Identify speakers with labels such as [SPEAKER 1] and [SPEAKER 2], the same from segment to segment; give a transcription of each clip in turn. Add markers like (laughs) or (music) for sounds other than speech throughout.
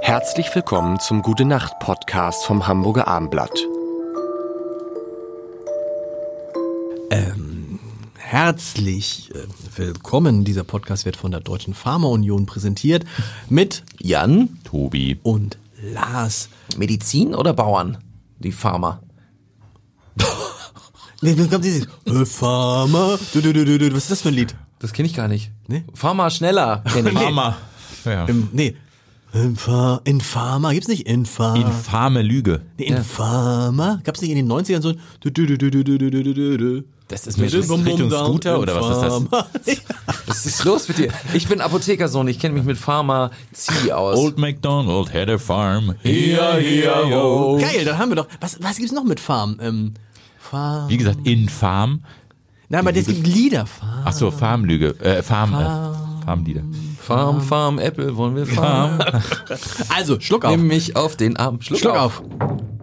[SPEAKER 1] Herzlich willkommen zum Gute Nacht Podcast vom Hamburger Armblatt.
[SPEAKER 2] Ähm, herzlich äh, willkommen. Dieser Podcast wird von der Deutschen Pharmaunion präsentiert mit
[SPEAKER 3] Jan, Tobi.
[SPEAKER 2] und Lars.
[SPEAKER 3] Medizin oder Bauern? Die Pharma.
[SPEAKER 2] Nee, dann kommt dieses äh, Pharma. Du, du, du, du, du. Was ist das für ein Lied?
[SPEAKER 3] Das kenne ich gar nicht. Pharma schneller. Kenn ich.
[SPEAKER 4] Pharma. Ja.
[SPEAKER 2] Im, nee. In, Pha- in Pharma. Gibt's nicht in Pharma?
[SPEAKER 4] Infame Lüge.
[SPEAKER 2] Nee, in Pharma? Gab's nicht in den 90ern so ein du, du, du, du, du, du, du, du, du, du.
[SPEAKER 3] Das ist mir
[SPEAKER 4] Bum, bum, Richtung Scooter oder was ist (laughs)
[SPEAKER 2] ist das?
[SPEAKER 3] Was ist los mit dir? Ich bin Apothekersohn, ich kenne mich mit Pharma Zieh aus.
[SPEAKER 4] Old MacDonald had a farm. Hia, hia, ho.
[SPEAKER 2] Geil, dann haben wir doch. Was, was gibt's noch mit Farm? Ähm, Farm.
[SPEAKER 4] Wie gesagt, Infam.
[SPEAKER 2] Nein, aber es gibt Lieder. Farm.
[SPEAKER 4] Achso, Farmlüge. Äh, Farm. Äh, Farmlieder.
[SPEAKER 3] Farm, Farm, Apple, wollen wir Farm?
[SPEAKER 2] Also, Schluck auf.
[SPEAKER 3] Nimm mich auf den Arm. Schluck,
[SPEAKER 2] Schluck auf.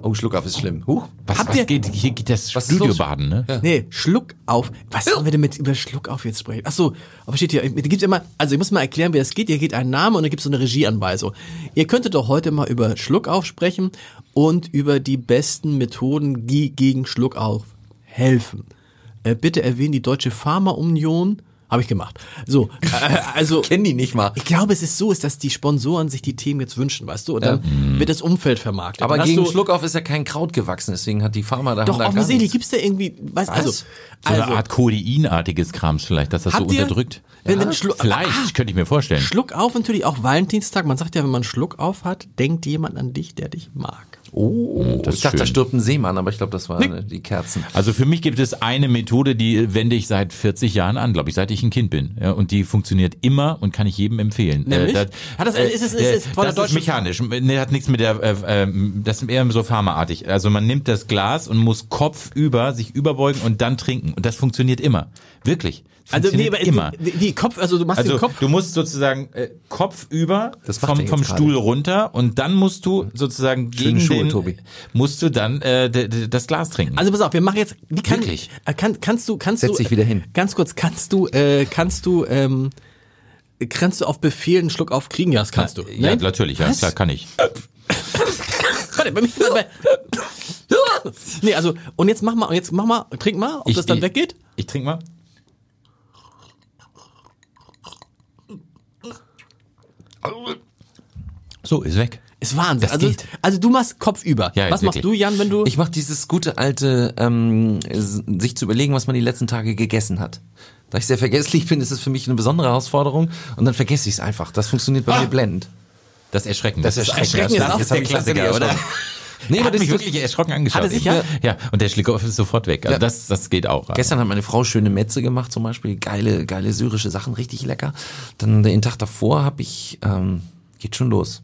[SPEAKER 3] Oh, Schluck auf ist schlimm. Huch.
[SPEAKER 4] Was,
[SPEAKER 2] Habt
[SPEAKER 4] was
[SPEAKER 2] ihr-
[SPEAKER 4] geht? Hier geht das
[SPEAKER 3] Was ist los?
[SPEAKER 4] Studiobaden, ne?
[SPEAKER 2] Nee, Schluck auf. Was sollen wir denn mit über Schluck auf jetzt sprechen? Ach so, aber steht hier, da gibt's immer, also ich muss mal erklären, wie das geht. Hier geht ein Name und dann gibt's so eine Regieanweisung. Ihr könntet doch heute mal über Schluck auf sprechen und über die besten Methoden ge- gegen Schluck auf helfen. Äh, bitte erwähnen die Deutsche Pharmaunion. Habe ich gemacht. So, äh, also
[SPEAKER 3] Kennen die nicht mal.
[SPEAKER 2] ich glaube, es ist so, ist, dass die Sponsoren sich die Themen jetzt wünschen, weißt du? Und dann wird das Umfeld vermarktet.
[SPEAKER 3] Aber
[SPEAKER 2] Dann hast
[SPEAKER 3] gegen
[SPEAKER 2] du,
[SPEAKER 3] Schluck auf ist ja kein Kraut gewachsen, deswegen hat die Pharma da
[SPEAKER 2] Doch,
[SPEAKER 3] da gar
[SPEAKER 2] offensichtlich
[SPEAKER 3] nichts.
[SPEAKER 2] gibt's da irgendwie, weißt du, also,
[SPEAKER 3] So
[SPEAKER 4] So
[SPEAKER 2] also
[SPEAKER 4] eine Art Kodeinartiges Krams vielleicht, dass das so
[SPEAKER 2] Habt ihr-
[SPEAKER 4] unterdrückt.
[SPEAKER 2] wenn- wenn Schlu-
[SPEAKER 4] vielleicht, könnte ich mir vorstellen.
[SPEAKER 2] ah, Schluck auf natürlich auch Valentinstag. Man sagt ja, wenn man einen Schluck auf hat, denkt jemand an dich, der dich mag.
[SPEAKER 3] Oh,
[SPEAKER 4] das
[SPEAKER 3] ich
[SPEAKER 4] ist
[SPEAKER 3] dachte, da
[SPEAKER 4] schön.
[SPEAKER 3] stirbt ein Seemann, aber ich glaube, das waren äh, die Kerzen.
[SPEAKER 4] Also für mich gibt es eine Methode, die wende ich seit 40 Jahren an, glaube ich, seit ich ein Kind bin. Ja, und die funktioniert immer und kann ich jedem empfehlen.
[SPEAKER 2] Nämlich?
[SPEAKER 4] das,
[SPEAKER 2] Hat das- ist es- ist es
[SPEAKER 4] äh,
[SPEAKER 2] von der
[SPEAKER 4] das ist
[SPEAKER 2] deutschen-
[SPEAKER 4] mechanisch. Nee, hat nichts mit der, äh, ähm, das ist eher so pharmaartig. Also man nimmt das Glas und muss kopfüber sich überbeugen und dann trinken. Und das funktioniert immer. Wirklich.
[SPEAKER 2] Also,
[SPEAKER 4] Funktioniert immer.
[SPEAKER 2] Wie, wie Kopf, also du machst
[SPEAKER 4] Also
[SPEAKER 2] den Kopf.
[SPEAKER 4] du musst sozusagen äh, Kopf über
[SPEAKER 3] Das macht er
[SPEAKER 4] vom,
[SPEAKER 3] jetzt
[SPEAKER 4] vom
[SPEAKER 3] gerade.
[SPEAKER 4] Stuhl runter und dann musst du sozusagen gegen
[SPEAKER 3] Schuhe,
[SPEAKER 4] den,
[SPEAKER 3] Tobi.
[SPEAKER 4] musst du dann äh, d- d- das Glas trinken.
[SPEAKER 2] Also pass auf, wir machen jetzt. Wie kann,
[SPEAKER 4] Wirklich?
[SPEAKER 2] Äh, kann kannst du kannst
[SPEAKER 3] Setz
[SPEAKER 2] du
[SPEAKER 3] dich wieder hin.
[SPEAKER 2] Ganz kurz, kannst du äh, kannst du ähm, kannst du auf Befehl einen Schluck aufkriegen? Ja, das kannst du.
[SPEAKER 4] ja,
[SPEAKER 2] Nein?
[SPEAKER 4] natürlich, ja,
[SPEAKER 2] Was?
[SPEAKER 4] klar kann ich.
[SPEAKER 2] Warte, bei mir, bei,
[SPEAKER 4] (laughs)
[SPEAKER 2] nee, also und jetzt mach mal und jetzt mach mal, trink mal, ob
[SPEAKER 4] Ich-
[SPEAKER 2] das dann
[SPEAKER 4] ich-
[SPEAKER 2] weggeht.
[SPEAKER 4] Ich trinke mal. So, ist weg.
[SPEAKER 2] Ist Wahnsinn.
[SPEAKER 4] Das
[SPEAKER 2] also
[SPEAKER 4] geht.
[SPEAKER 2] also du machst Kopf über.
[SPEAKER 4] Ja,
[SPEAKER 2] Was machst
[SPEAKER 4] wirklich.
[SPEAKER 2] du, Jan, wenn du
[SPEAKER 3] Ich mache dieses gute alte, ähm, s- sich zu überlegen, was man die letzten Tage gegessen hat. Da ich sehr vergesslich bin, ist es für mich eine besondere Herausforderung und dann vergesse ich es einfach. Das funktioniert bei mir blendend.
[SPEAKER 4] Das Erschrecken. Das,
[SPEAKER 2] Erschrecken ist auch
[SPEAKER 3] das ist der
[SPEAKER 2] sehr
[SPEAKER 3] Klassiker, oder? Nee,
[SPEAKER 4] Er
[SPEAKER 3] aber
[SPEAKER 4] hat
[SPEAKER 3] das
[SPEAKER 4] mich
[SPEAKER 3] ist
[SPEAKER 4] wirklich erschrocken angeschaut.
[SPEAKER 2] Hat er sich,
[SPEAKER 4] eben.
[SPEAKER 2] ja?
[SPEAKER 4] ja, und der Schlickoff ist sofort weg. Also
[SPEAKER 3] Ja.
[SPEAKER 4] das, das geht auch.
[SPEAKER 3] Gestern hat meine Frau schöne Metze gemacht, zum Beispiel geile, geile syrische Sachen, richtig lecker. Dann den Tag davor habe ich, ähm, geht schon los.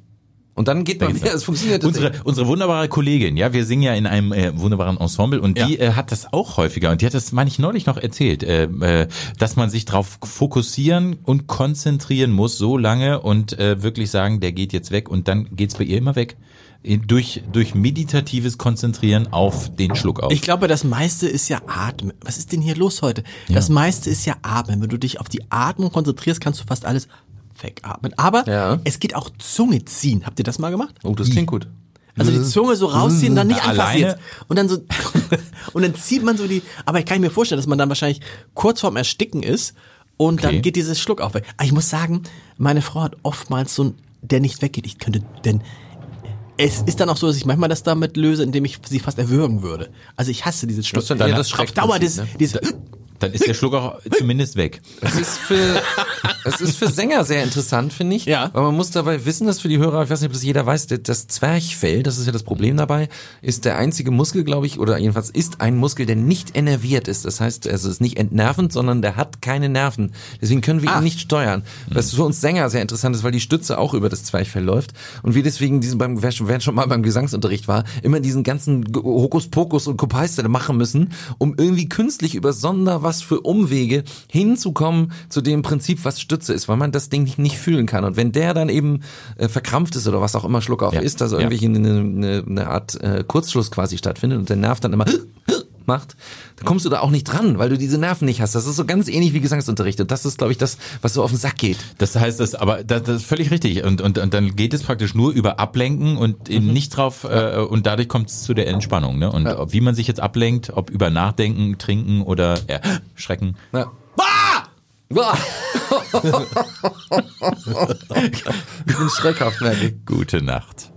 [SPEAKER 3] Und dann geht man wieder, es funktioniert.
[SPEAKER 4] unsere, unsere wunderbare Kollegin, ja, wir singen ja in einem äh, wunderbaren Ensemble und die äh, hat das auch häufiger und die hat das, meine ich, neulich noch erzählt, äh, äh, dass man sich drauf fokussieren und konzentrieren muss so lange und äh, wirklich sagen, der geht jetzt weg und dann geht's bei ihr immer weg. Äh, Durch, durch meditatives Konzentrieren auf den Schluck auf.
[SPEAKER 2] Ich glaube, das meiste ist ja Atmen. Was ist denn hier los heute? Das meiste ist ja Atmen. Wenn du dich auf die Atmung konzentrierst, kannst du fast alles wegatmen. Aber
[SPEAKER 3] Ja.
[SPEAKER 2] es geht auch Zunge ziehen. Habt ihr das mal gemacht?
[SPEAKER 3] oh, das klingt gut.
[SPEAKER 2] Also die Zunge so rausziehen, dann nicht einfach
[SPEAKER 4] Alleine?
[SPEAKER 2] jetzt. Und dann so (laughs) und dann zieht man so die. Aber ich kann mir vorstellen, dass man dann wahrscheinlich kurz vorm Ersticken ist und dann
[SPEAKER 4] Okay.
[SPEAKER 2] geht dieses Schluck auf. Aber Ich muss sagen, meine Frau hat oftmals so ein, der nicht weggeht. Ich könnte, denn es ist dann auch so, dass ich manchmal das damit löse, indem ich sie fast erwürgen würde. Also ich hasse dieses Schluck.
[SPEAKER 3] Das ist dann eher das
[SPEAKER 2] auf Dauer dieses,
[SPEAKER 3] Schreckprinzip,
[SPEAKER 2] dieses
[SPEAKER 4] dann ist der Schluck auch zumindest weg.
[SPEAKER 3] Es ist für, es ist für Sänger sehr interessant, finde ich.
[SPEAKER 2] Ja.
[SPEAKER 3] Weil man muss dabei wissen, dass für die Hörer, ich weiß nicht, ob das jeder weiß, das- das Zwerchfell, das ist ja das Problem dabei, ist der einzige Muskel, glaube ich, oder jedenfalls ist ein Muskel, der nicht innerviert ist. Das heißt, also es ist nicht entnervend, sondern der hat keine Nerven. Deswegen können wir ihn nicht steuern. Was für uns Sänger sehr interessant ist, weil die Stütze auch über das Zwerchfell läuft. Und wir deswegen diesen beim, wer schon- wer schon mal beim Gesangsunterricht war, immer diesen ganzen G- Hokuspokus und Kopeister machen müssen, um irgendwie künstlich über Sonder was für Umwege hinzukommen zu dem Prinzip, was Stütze ist, weil man das Ding nicht, nicht fühlen kann. Und wenn der dann eben äh, verkrampft ist oder was auch immer Schluckauf
[SPEAKER 4] Ja.
[SPEAKER 3] ist, also
[SPEAKER 4] Ja.
[SPEAKER 3] irgendwie eine, eine, eine Art äh, Kurzschluss quasi stattfindet und der Nerv dann immer (laughs) macht, dann kommst du da auch nicht dran, weil du diese Nerven nicht hast. Das ist so ganz ähnlich wie Gesangsunterricht. Und das ist, glaube ich, das, was so auf den Sack geht.
[SPEAKER 4] Das heißt, das, aber das, das ist völlig richtig. Und, und, und dann geht es praktisch nur über Ablenken und eben nicht drauf, äh, und dadurch kommt es zu der Entspannung. Ne? Und ob- wie man sich jetzt ablenkt, ob über Nachdenken, Trinken oder äh, Schrecken.
[SPEAKER 3] Ja. Ah! (laughs) ich bin schreckhaft, merke ich.
[SPEAKER 4] Gute Nacht.